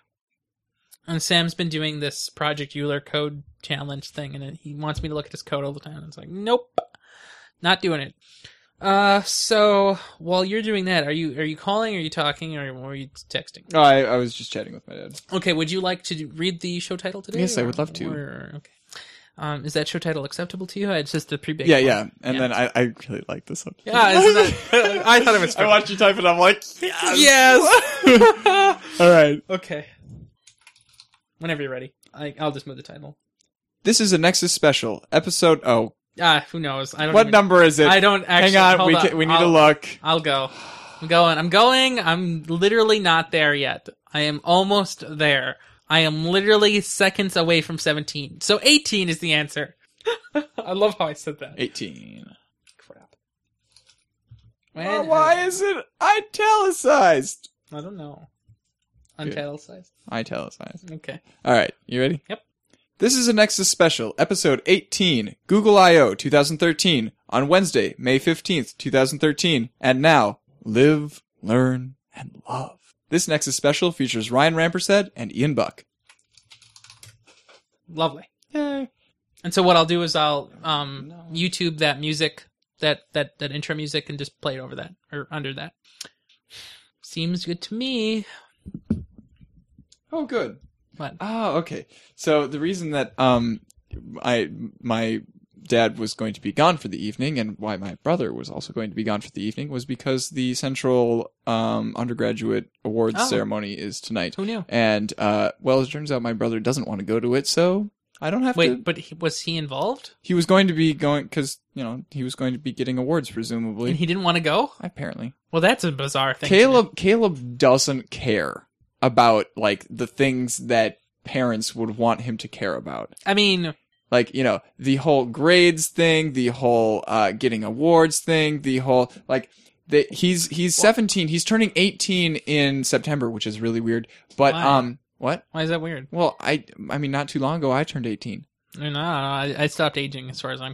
S3: And Sam's been doing this Project Euler code challenge thing, and he wants me to look at his code all the time. And it's like, nope, not doing it. Uh, so while you're doing that, are you are you calling? Are you talking? Or are you texting?
S2: Oh, I, I was just chatting with my dad.
S3: Okay, would you like to do- read the show title today?
S2: Yes, I
S3: or-
S2: would love to.
S3: or- okay. Um, is that show title acceptable to you? It's just the pre-big.
S2: Yeah,
S3: one.
S2: yeah, and then I, I really like this one.
S3: Yeah,
S2: <laughs>
S3: isn't that- I thought it was
S2: I watched you type it. I'm like, yes. <laughs>
S3: Yes.
S2: All right.
S3: okay. Whenever you're ready, I, I'll just move the title.
S2: This is a Nexus special episode. Oh,
S3: Ah, who knows? I don't.
S2: what
S3: even-
S2: number is it?
S3: I don't actually.
S2: Hang on,
S3: hold
S2: we
S3: up.
S2: ca- we need
S3: I'll,
S2: to look.
S3: I'll go. I'm going. I'm going. I'm literally not there yet. I am almost there. I am literally seconds away from 17. So 18 is the answer. <laughs> I love how I said that.
S2: Eighteen.
S3: Crap.
S2: Oh,
S3: When-
S2: why is it italicized?
S3: I don't know. Untitled size.
S2: Italicized.
S3: Okay.
S2: All right, you ready?
S3: Yep.
S2: This is a Nexus special episode 18, Google I/O 2013, on Wednesday, May 15th, 2013, and now live, learn, and love. This Nexus special features Ryan Rampersad and Ian Buck.
S3: Lovely. And so what I'll do is I'll um YouTube that music, that that that intro music, and just play it over that or under that. Seems good to me.
S2: Oh, good.
S3: But
S2: Oh, okay. So the reason that um I my dad was going to be gone for the evening and why my brother was also going to be gone for the evening was because the central um undergraduate awards
S3: Oh.
S2: ceremony is tonight.
S3: Who knew?
S2: And uh well as it turns out my brother doesn't want to go to it, so I don't have to
S3: wait, but he, was he involved?
S2: He was going to be going cuz you know, he was going to be getting awards presumably.
S3: And he didn't want to go.
S2: Apparently.
S3: Well, that's a bizarre thing. to do.
S2: Caleb Caleb doesn't care about like the things that parents would want him to care about
S3: I mean,
S2: like you know the whole grades thing the whole uh getting awards thing the whole like the, he's he's 17 he's turning 18 in september which is really weird but
S3: Why?
S2: um what
S3: why is that weird?
S2: well i i mean not too long ago i turned 18
S3: I mean, I, don't know. I, I stopped aging as far as I'm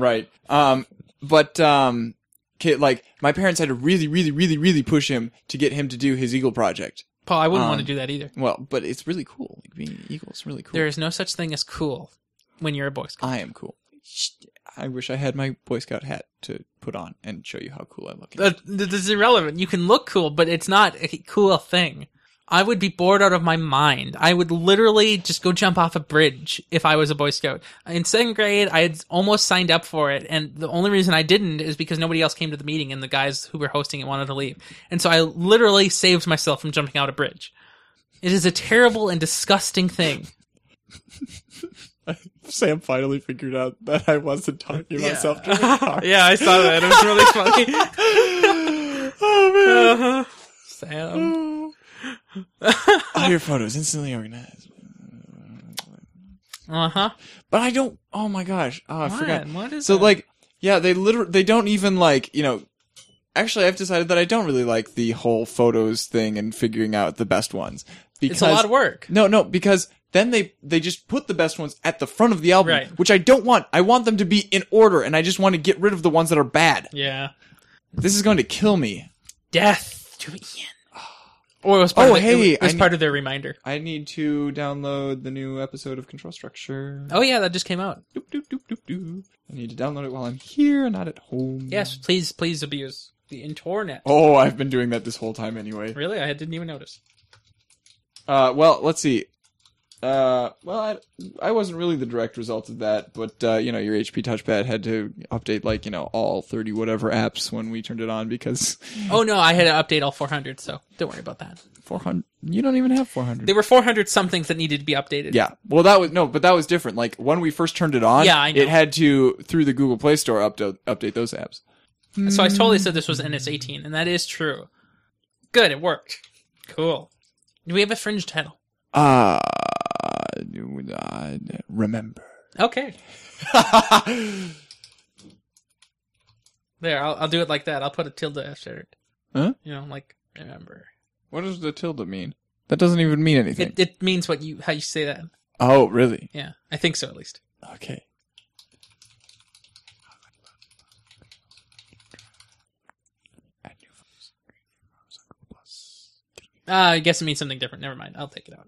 S2: <laughs> right um but um kid like my parents had to really really really really push him to get him to do his eagle project
S3: Paul, I wouldn't want to
S2: Um,
S3: do that either.
S2: Well, but it's really cool. Like being an eagle is really cool.
S3: There is no such thing as cool when you're a Boy Scout.
S2: I am cool. Sh- I wish I had my Boy Scout hat to put on and show you how cool I
S3: <laughs>
S2: look. in it.
S3: That, that is irrelevant. You can look cool, but it's not a cool thing. I would be bored out of my mind. I would literally just go jump off a bridge if I was a Boy Scout. In second grade, I had almost signed up for it, and the only reason I didn't is because nobody else came to the meeting and the guys who were hosting it wanted to leave. And so I literally saved myself from jumping out a bridge. It is a terrible and disgusting thing.
S2: Sam finally figured out that I wasn't talking to
S3: <laughs>
S2: myself.
S3: <laughs> yeah, I saw that. It was really funny. <laughs>
S2: oh
S3: Uh-huh. Sam.
S2: man! All your photos instantly organized,
S3: Uh huh.
S2: but I don't. Oh my gosh! Oh, I
S3: What?
S2: forgot.
S3: What is
S2: so
S3: that?
S2: like? Yeah, they literally they don't even like you know. Actually, I've decided that I don't really like the whole photos thing and figuring out the best ones because
S3: It's a lot of work.
S2: No, no, because then they they just put the best ones at the front of the album,
S3: Right.
S2: which I don't want. I want them to be in order, and I just want to get rid of the ones that are bad.
S3: Yeah.
S2: This is going to kill me.
S3: Death to Ian. <gasps> Or it was part
S2: Oh,
S3: of the,
S2: hey,
S3: it was
S2: I
S3: part of their reminder.
S2: I need to download the new episode of Control Structure.
S3: Oh yeah, that just came out.
S2: Doop, doop, doop, doop, doop. I need to download it while I'm here, not at home.
S3: Yes, please, please abuse the internet.
S2: Oh, I've been doing that this whole time anyway.
S3: Really, I didn't even notice.
S2: Uh, well, let's see. Uh, well, I, I wasn't really the direct result of that, but uh, you know, your HP touchpad had to update like you know all thirty whatever apps when we turned it on because <laughs>
S3: Oh no, I had to update all 400, so don't worry about that.
S2: four hundred. You don't even have four hundred.
S3: There were 400 somethings that needed to be updated.
S2: Yeah. Well, that was no, but that was different. Like when we first turned it on,
S3: Yeah, I know.
S2: it had to through the Google Play Store update update those apps.
S3: So I totally said this was NS18, and that is true. Good, it worked. Cool. Do we have a fringe title?
S2: Uh, remember.
S3: Okay. <laughs> There, I'll, I'll do it like that. I'll put a tilde after it.
S2: Huh?
S3: You know, like remember.
S2: What does the tilde mean? That doesn't even mean anything.
S3: It, it means what you how you say that.
S2: oh, really?
S3: Yeah, I think so at least.
S2: Okay.
S3: Uh, I guess it means something different. Never mind. I'll take it out.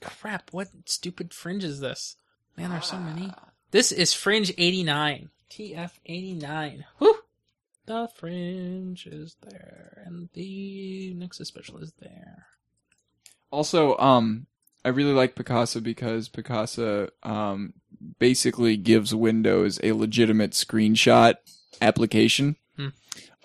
S3: Crap! What stupid fringe is this? Man, there's so many. This is Fringe 89. TF 89. Whew! The fringe is there, and the Nexus special is there.
S2: Also, um, I really like Picasso because Picasso, um, basically gives Windows a legitimate screenshot application.
S3: Hmm.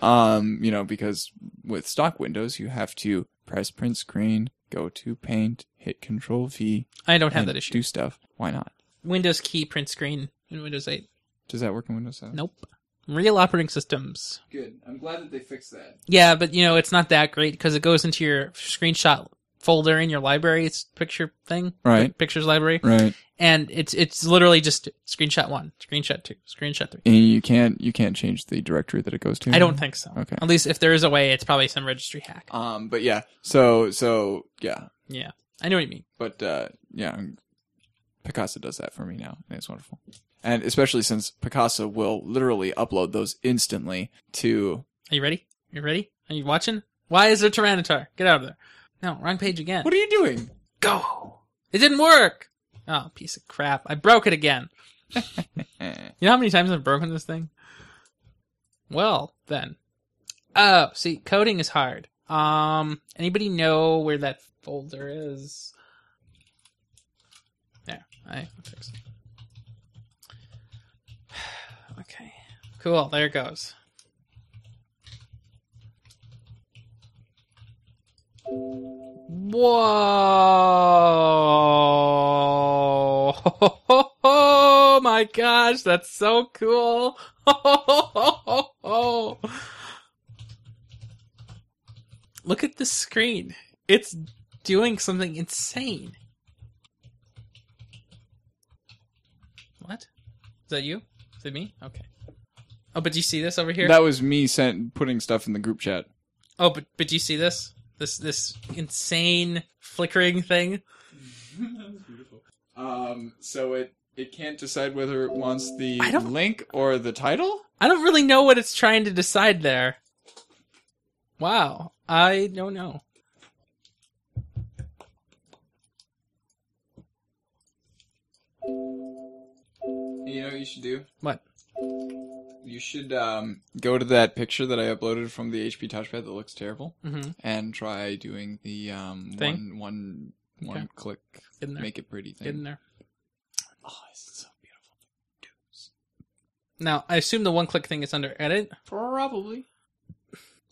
S2: Um, you know, because with stock Windows, you have to press print screen, go to Paint, hit Control V,
S3: I don't have
S2: and
S3: that
S2: do
S3: issue.
S2: stuff. Why not?
S3: Windows key print screen in Windows 8.
S2: Does that work in Windows 7?
S3: Nope. Real operating systems.
S2: Good. I'm glad that they fixed that.
S3: Yeah, but you know, it's not that great because it goes into your screenshot folder in your library's picture thing.
S2: Right.
S3: Pictures library.
S2: Right.
S3: And it's it's literally just screenshot one, screenshot two, screenshot three.
S2: And you can't you can't change the directory that it goes to.
S3: I don't think so.
S2: Okay.
S3: At least if there is a way, it's probably some registry hack.
S2: Um, but yeah. So so yeah.
S3: Yeah. I know what you mean.
S2: But uh, yeah, I'm- Picasso does that for me now, and it's wonderful. And especially since Picasso will literally upload those instantly to.
S3: Are you ready? You ready? Are you watching? Why is there Tyranitar? Get out of there. No, wrong page again.
S2: What are you doing?
S3: Go. It didn't work. Oh, piece of crap. I broke it again. You know how many times I've broken this thing? Well, then. Oh, see, coding is hard. Um, anybody know where that folder is? There, I fixed it. <sighs> Okay, cool. There it goes. Whoa! Oh <laughs> my gosh, that's so cool! <laughs> Look at the screen. It's doing something insane. What? Is that you? Is it me? Okay. Oh, but do you see this over here?
S2: That was me sent putting stuff in the group chat.
S3: Oh, but but do you see this? This this insane flickering thing?
S2: Um, so it it can't decide whether it wants the
S3: I don't-
S2: link or the title.
S3: I don't really know what it's trying to decide there. Wow, I don't know.
S2: You know what you should do?
S3: What?
S2: You should um, go to that picture that I uploaded from the HP touchpad that looks terrible,
S3: Mhm.
S2: and try doing the um,
S3: Thing?
S2: one one one
S3: Okay.
S2: click
S3: Get in there.
S2: make it pretty thing.
S3: Get in there.
S2: Oh, it's so beautiful.
S3: Now, I assume the one click thing is under edit.
S2: Probably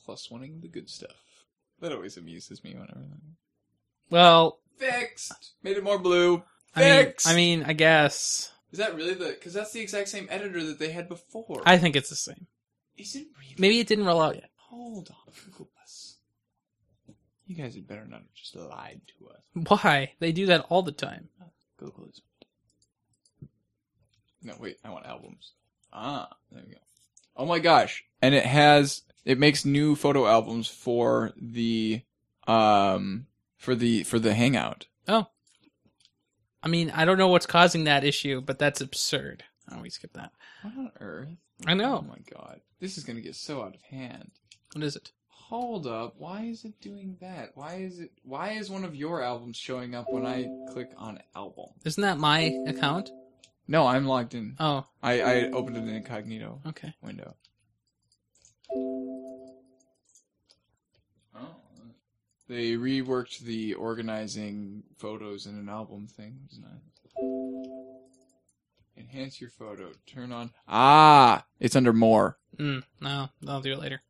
S2: plus wanting the good stuff. That always amuses me whenever. that-
S3: Well,
S2: Fixed. Made it more blue.
S3: I mean,
S2: Fixed.
S3: I mean, I guess.
S2: is that really the? Because that's the exact same editor that they had before.
S3: I think it's the same.
S2: is it really?
S3: Maybe it didn't roll out yet.
S2: Hold on, Google Plus. You guys had better not have just lied to us.
S3: Why? They do that all the time.
S2: Google is. No, wait, I want albums. Ah, there we go. Oh my gosh. And it has it makes new photo albums for the um for the for the hangout.
S3: Oh. I mean, I don't know what's causing that issue, but that's absurd. Oh, we skip that.
S2: What on earth?
S3: I know.
S2: Oh my god. This is gonna get so out of hand.
S3: What is it?
S2: Hold up, why is it doing that? Why is it why is one of your albums showing up when I click on album?
S3: Isn't that my account?
S2: No, I'm logged in.
S3: Oh,
S2: I, I opened an incognito
S3: okay.
S2: window. Oh. They reworked the organizing photos in an album thing. It was nice. Enhance your photo. Turn on. Ah, it's under more.
S3: Mm, no, I'll do it later.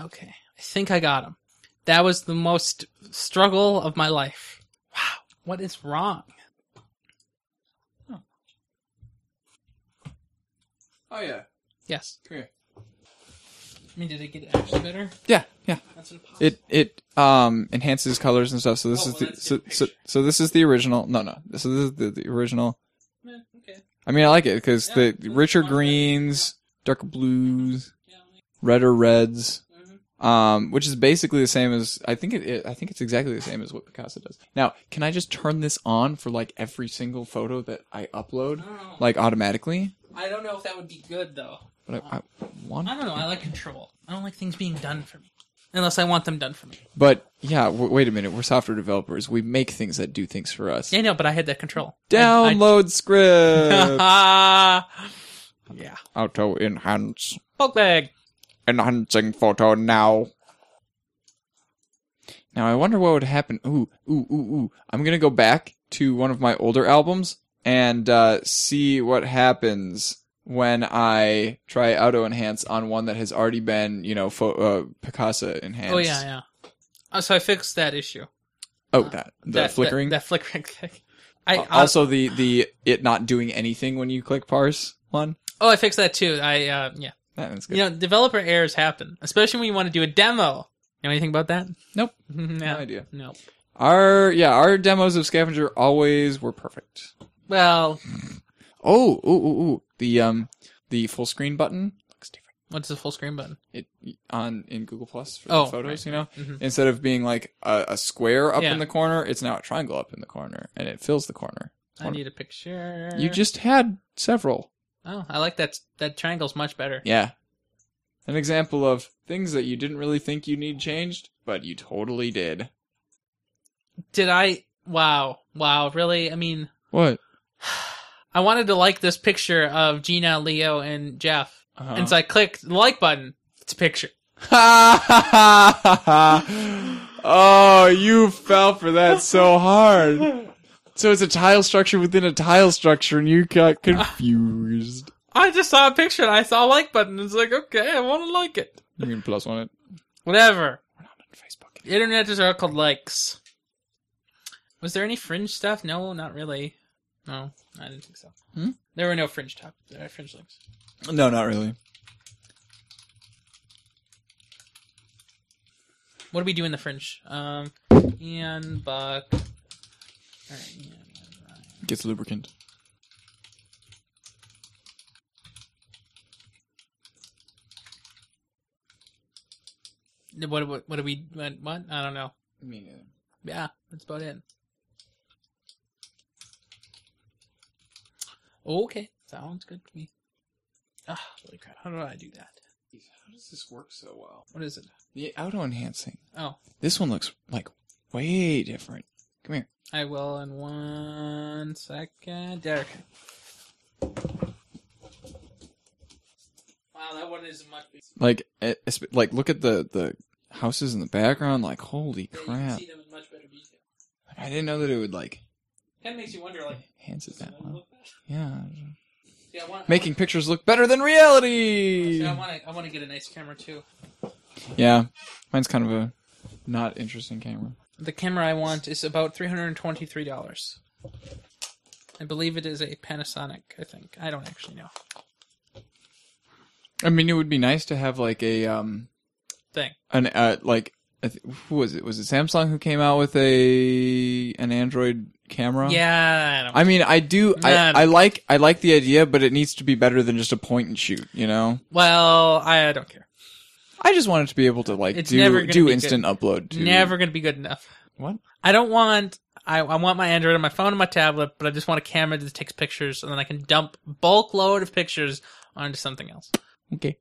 S3: Okay. I think I got him. That was the most struggle of my life. Wow. What is wrong?
S2: Oh yeah.
S3: Yes.
S2: Come here.
S3: I mean, did it get actually better?
S2: Yeah, yeah.
S3: That's impossible.
S2: It it um enhances colors and stuff. So this
S3: Oh,
S2: is
S3: well,
S2: the
S3: that's
S2: so,
S3: good
S2: so
S3: picture.
S2: so this is the original. No, no. So this is the, the original.
S3: Eh, okay.
S2: I mean, I like it because
S3: Yeah,
S2: the
S3: it's
S2: richer
S3: much better.
S2: greens, darker blues.
S3: Yeah,
S2: redder reds,
S3: Mhm.
S2: um, which is basically the same as I think it, it. I think it's exactly the same as what Picasso does. Now, can I just turn this on for like every single photo that I upload,
S3: Oh.
S2: like automatically?
S3: I don't know if that would be good though.
S2: But I, I want.
S3: I don't know. I like control. I don't like things being done for me, unless I want them done for me.
S2: But yeah, w- wait a minute. We're software developers. We make things that do things for us.
S3: Yeah, no, but I had that control.
S2: Download
S3: <laughs>
S2: script.
S3: I, I, yeah.
S2: Auto enhance.
S3: Poke bag.
S2: enhancing photo now. Now I wonder what would happen. Ooh, ooh, ooh, ooh. I'm gonna go back to one of my older albums and uh, see what happens when I try auto enhance on one that has already been, you know, fo- uh, Picasso enhanced.
S3: Oh yeah, yeah. Uh, so I fixed that issue.
S2: Oh, that the
S3: that
S2: flickering.
S3: That, that flickering thing. I
S2: Uh, also, the the it not doing anything when you click parse one.
S3: oh, I fixed that too. I uh, yeah.
S2: That one's good.
S3: You know, developer errors happen, especially when you want to do a demo. Know anything about that? <laughs>
S2: Nope.
S3: no.
S2: No idea.
S3: No.
S2: Our yeah, our demos of Scavenger always were perfect.
S3: Well,
S2: Oh, ooh, ooh, ooh. The um, the full screen button looks different.
S3: what's the full screen button?
S2: It on in Google Plus for
S3: Oh,
S2: the photos,
S3: right,
S2: you know.
S3: mhm.
S2: Instead of being like a, a square up
S3: Yeah.
S2: in the corner, it's now a triangle up in the corner, and it fills the corner.
S3: I need a picture.
S2: You just had several.
S3: Oh, I like that. That triangle's much better.
S2: Yeah. An example of things that you didn't really think you need changed, but you totally did.
S3: Did I? Wow, wow, really? I mean,
S2: What?
S3: I wanted to like this picture of Gina, Leo, and Jeff,
S2: Uh-huh.
S3: and so I clicked the like button. It's a picture.
S2: <laughs> oh, you fell for that so hard. So it's a tile structure within a tile structure, and you got confused.
S3: I just saw a picture and I saw a like button. It's like, okay, I want to like it.
S2: You can plus one it.
S3: Whatever.
S2: We're not on Facebook.
S3: The internet is all called likes. Was there any fringe stuff? No, not really. No, I didn't think so.
S2: Hmm?
S3: There were no fringe top, uh, fringe links.
S2: No, not really.
S3: What do we do in the fringe? Um, Ian Buck. All right, Ian.
S2: Gets lubricant.
S3: What, what what do we what, what? I don't know.
S2: Me neither.
S3: Yeah, that's about it. Okay, sounds good to me. Ah, holy crap! How do I do that?
S2: How does this work so well?
S3: What is it?
S2: The auto enhancing.
S3: Oh,
S2: This one looks like way different. Come here.
S3: I will in one second. Derek. No, that one isn't much. bigger.
S2: Like, eh, esp- like look at the the houses in the background. Like, holy
S3: Yeah, you can
S2: crap!
S3: see them in much better detail.
S2: I didn't know that it would like
S3: Kind of makes you wonder, like,
S2: enhance it
S3: does
S2: that
S3: that one
S2: well.
S3: look bad?
S2: Yeah,
S3: Yeah, I want,
S2: making pictures look better than reality.
S3: Yeah, I want to. I want to get a nice camera too.
S2: Yeah, mine's kind of a not interesting camera.
S3: The camera I want is about three hundred and twenty-three dollars. I believe it is a Panasonic. I think I don't actually know.
S2: I mean, it would be nice to have like a um
S3: Thing.
S2: an uh, like I th- who was it? Was it Samsung who came out with a an Android camera?
S3: Yeah, I don't
S2: I mean, I do.
S3: Nah.
S2: I, I like I like the idea, but it needs to be better than just a point and shoot. You know,
S3: well, I don't care.
S2: I just want it to be able to like
S3: It's
S2: do
S3: never gonna
S2: do
S3: be
S2: instant upload. To,
S3: Never gonna be good enough.
S2: What?
S3: I don't want. I, I want my Android on my phone and my tablet, but I just want a camera that takes pictures, and then I can dump bulk load of pictures onto something else.
S2: Okay.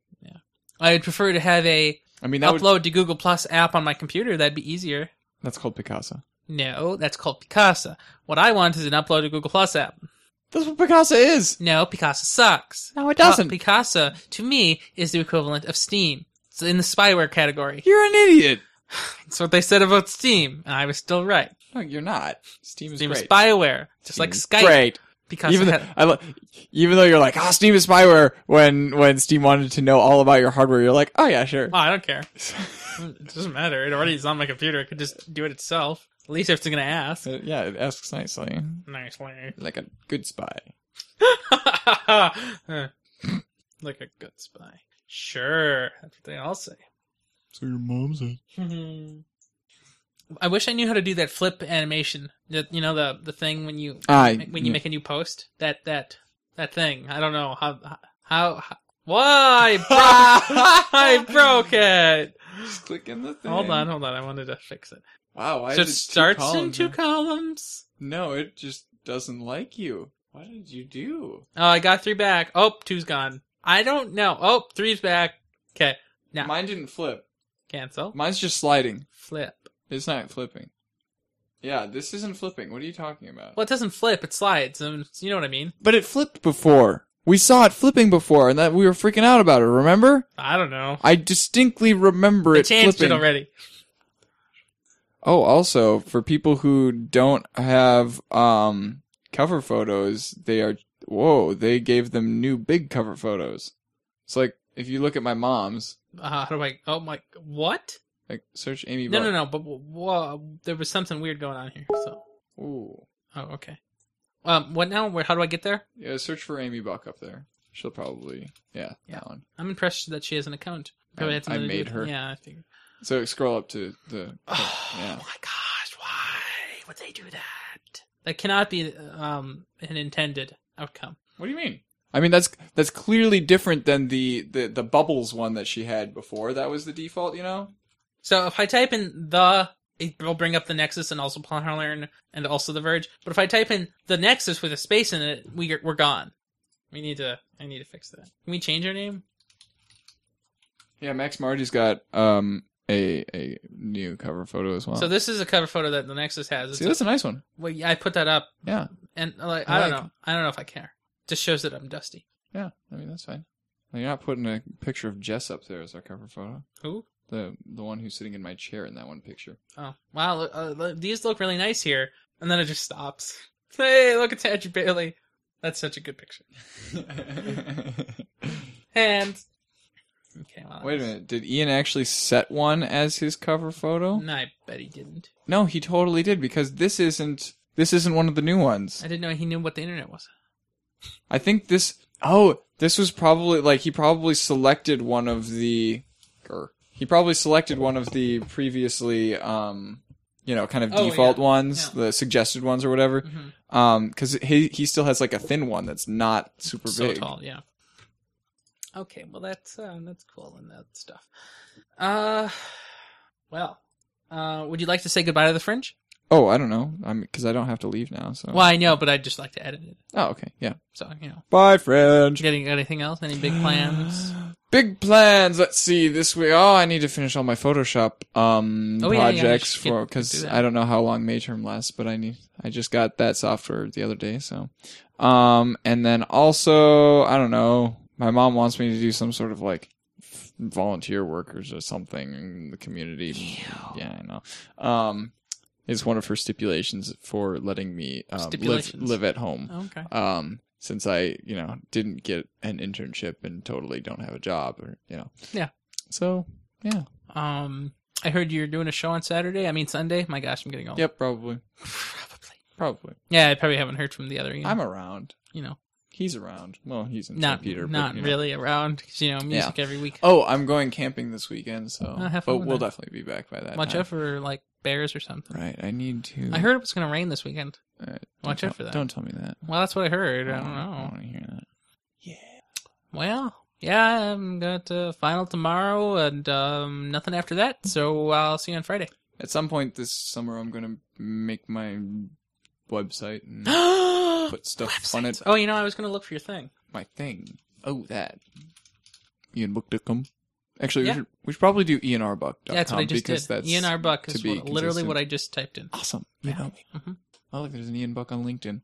S3: I'd prefer to have a
S2: I mean, that would,
S3: upload to Google Plus app on my computer. That'd be easier.
S2: that's called Picasa.
S3: No, that's called Picasa. What I want is an upload to Google Plus app.
S2: That's what Picasa is.
S3: No, Picasa sucks.
S2: No, it doesn't.
S3: Pi- Picasa, to me, is the equivalent of Steam. It's in the spyware category.
S2: You're an idiot.
S3: That's what they said about Steam, and I was still right.
S2: No, you're not. Steam is
S3: Steam is
S2: great.
S3: spyware, just
S2: Steam
S3: like
S2: is
S3: Skype.
S2: Great.
S3: Picasa
S2: Even though,
S3: had-
S2: I lo- even though you're like, ah, Steam is spyware. When when Steam wanted to know all about your hardware, you're like, oh yeah, sure.
S3: Oh, I
S2: <laughs>
S3: don't care. it doesn't matter. It already is on my computer. It could just do it itself. At least if it's going to ask.
S2: Uh, yeah, it asks nicely,
S3: Nicely.
S2: like a good spy.
S3: <laughs> Huh. like a good spy. Sure. That's what they all say.
S2: So your mom said.
S3: Mm-hmm. I wish I knew how to do that flip animation. That you know the the thing when you
S2: I
S3: when you make a new post. That that that thing. I don't know how how, how why
S2: <laughs>
S3: I broke, I broke it.
S2: Just click in the thing.
S3: Hold on, hold on. I wanted to fix it.
S2: Wow. Why
S3: so
S2: is
S3: it
S2: two
S3: starts
S2: columns,
S3: in two
S2: huh?
S3: columns.
S2: No, it just doesn't like you. What did you do?
S3: Oh, I got three back. Oh, two's gone. I don't know. Oh, three's back. Okay, Yeah.
S2: Mine didn't flip.
S3: cancel.
S2: Mine's just sliding.
S3: Flip.
S2: It's not flipping. Yeah, this isn't flipping. What are you talking about?
S3: Well, it doesn't flip. It slides. Um, you know what I mean?
S2: But it flipped before. We saw it flipping before, and that we were freaking out about it. Remember?
S3: I don't know.
S2: I distinctly remember
S3: They
S2: it
S3: changed
S2: flipping.
S3: it already.
S2: Oh, also for people who don't have um cover photos, they are whoa, they gave them new big cover photos. It's like if you look at my mom's,
S3: Uh, how do I? Oh my! What?
S2: like search Amy.
S3: No,
S2: Buck.
S3: no, no. But whoa, there was something weird going on here. So,
S2: Ooh,
S3: oh, okay. Um, what now? Where? How do I get there?
S2: yeah, search for Amy Buck up there. She'll probably yeah, that one.
S3: I'm impressed that she has an account.
S2: I-
S3: had
S2: I
S3: something to do
S2: made
S3: with-
S2: her.
S3: Yeah, I figured.
S2: So scroll up to
S3: <sighs>
S2: the
S3: Oh
S2: <sighs> yeah.
S3: my gosh! Why would they do that? That cannot be um an intended outcome.
S2: What do you mean? I mean that's that's clearly different than the, the the bubbles one that she had before. That was the default, you know.
S3: So if I type in the, it will bring up the Nexus and also Plowhorn and also The Verge. But if I type in the Nexus with a space in it, we we're gone. We need to. I need to fix that. Can we change our name?
S2: Yeah, Max Marty's got um a a new cover photo as well.
S3: So this is a cover photo that the Nexus has.
S2: See,
S3: It's
S2: that's a nice one.
S3: well, yeah, I put that up,
S2: Yeah,
S3: and uh, like
S2: I
S3: I, don't
S2: like
S3: know, I don't know if I care. Just shows that I'm dusty.
S2: yeah. I mean, that's fine. Now, You're not putting a picture of Jess up there as our cover photo.
S3: Who?
S2: The the one who's sitting in my chair in that one picture.
S3: Oh wow, look, uh, look, these look really nice here, and then it just stops. <laughs> Hey, look it's Andrew Bailey. That's such a
S2: <laughs>
S3: good picture. And okay, well,
S2: Wait a minute. Did Ian actually set one as his cover photo?
S3: No, I bet he didn't.
S2: No, he totally did because this isn't this isn't one of the new ones.
S3: I didn't know he knew what the internet was.
S2: I think this. Oh, this was probably like he probably selected one of the. grr. he probably selected one of the previously, um, you know, kind of
S3: Oh,
S2: default
S3: yeah.
S2: ones,
S3: Yeah. Mm-hmm.
S2: the suggested ones or whatever. Um, because he he still has like a thin one that's not super
S3: so
S2: big.
S3: tall, yeah. Okay, well that's uh, that's cool and that stuff. Uh, well, uh, would you like to say goodbye to the fringe?
S2: Oh, I don't know. I'm because I don't have to leave now. So.
S3: Well, I know, but I'd just like to edit it.
S2: Oh, okay. Yeah.
S3: So you know,
S2: Bye, Fringe.
S3: getting anything else? Any big
S2: <gasps>
S3: plans?
S2: Big plans. Let's see this week. Oh, I need to finish all my Photoshop um
S3: Oh, yeah, yeah, we
S2: projects
S3: should get-
S2: for
S3: do
S2: because
S3: that.
S2: I don't know how long May term lasts, but I need. I just got that software the other day, so um, and then also I don't know. my mom wants me to do some sort of like volunteer workers or something in the community. Yeah, I know. Um, is one of her stipulations for letting me um, live
S3: Stipulations.
S2: live at home.
S3: Okay.
S2: Um, since I you know didn't get an internship and totally don't have a job or you know.
S3: Yeah.
S2: So yeah.
S3: Um, I heard you're doing a show on Saturday. I mean Sunday. My gosh, I'm getting old.
S2: Yep. Probably.
S3: Probably.
S2: Probably.
S3: Yeah, I probably haven't heard from the other. You know,
S2: I'm around.
S3: you know
S2: He's around. Well, he's in
S3: not
S2: St. Peter. but,
S3: not
S2: you know.
S3: really around because you know music every week.
S2: Oh, I'm going camping this weekend, so
S3: Oh, have fun
S2: but
S3: with
S2: we'll
S3: that.
S2: definitely be back by that.
S3: Watch
S2: time.
S3: out for like bears or something.
S2: Right, I need to.
S3: I heard it was going to rain this weekend.
S2: All right, don't
S3: watch out
S2: tell-
S3: for that.
S2: Don't tell me that. Oh,
S3: Well, that's what I heard. I don't
S2: I
S3: know.
S2: want to hear that.
S3: Well, yeah, I'm got a final tomorrow and um, nothing after that. So I'll see you on Friday. <gasps>
S2: At some point this summer, I'm gonna make my website and
S3: <gasps> oh,
S2: put stuff on it.
S3: you know, I was going to look for your thing.
S2: My thing. Oh, that. Ian Book.com. Actually,
S3: Yeah.
S2: we, should, we should probably do E enrbuck.com
S3: Yeah, that's what I just
S2: because
S3: did. E
S2: that's
S3: Ian Arbuck is
S2: to be
S3: what, literally what
S2: consistent.
S3: I just typed in.
S2: awesome. You know me.
S3: Mhm.
S2: Oh, look, there's an Ian Buck on LinkedIn.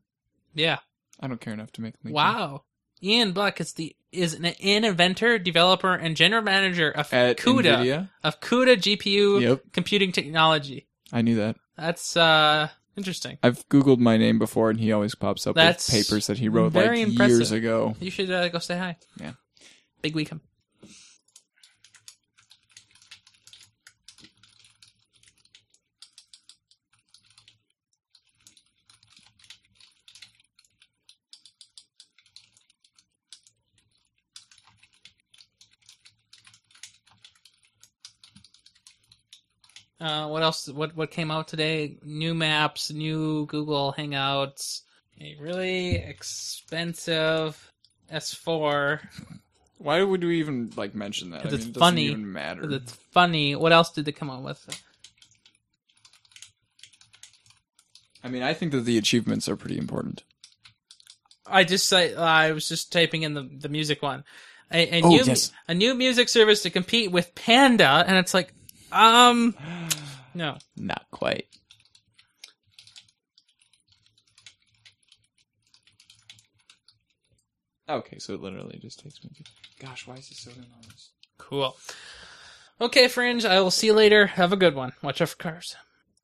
S3: Yeah.
S2: I don't care enough to make. LinkedIn.
S3: Wow. Ian Buck is the is an, an inventor, developer, and general manager of
S2: At
S3: CUDA
S2: NVIDIA?
S3: of CUDA GPU
S2: Yep.
S3: computing technology.
S2: I knew that.
S3: That's uh interesting.
S2: I've googled my name before, and he always pops up
S3: That's
S2: with papers that he wrote like
S3: very impressive.
S2: years ago.
S3: You should uh, go say hi.
S2: Yeah.
S3: Big Weekum. Uh, what else? What what came out today? New maps, new Google Hangouts, a really expensive S4
S2: Why would we even like mention that?
S3: 'Cause
S2: I
S3: it's
S2: mean, it doesn't
S3: funny.
S2: Even matter.
S3: because it's funny. What else did they come up with?
S2: I mean, I think that the achievements are pretty important.
S3: I just I, I was just typing in the the music one. A, a
S2: Oh,
S3: new
S2: yes.
S3: a new music service to compete with Panda, and it's like, um, no,
S2: Not quite. Okay, so it literally just takes me. to... Gosh, why is this so enormous?
S3: cool. Okay, Fringe. I will see you later. Have a good one. Watch out for cars.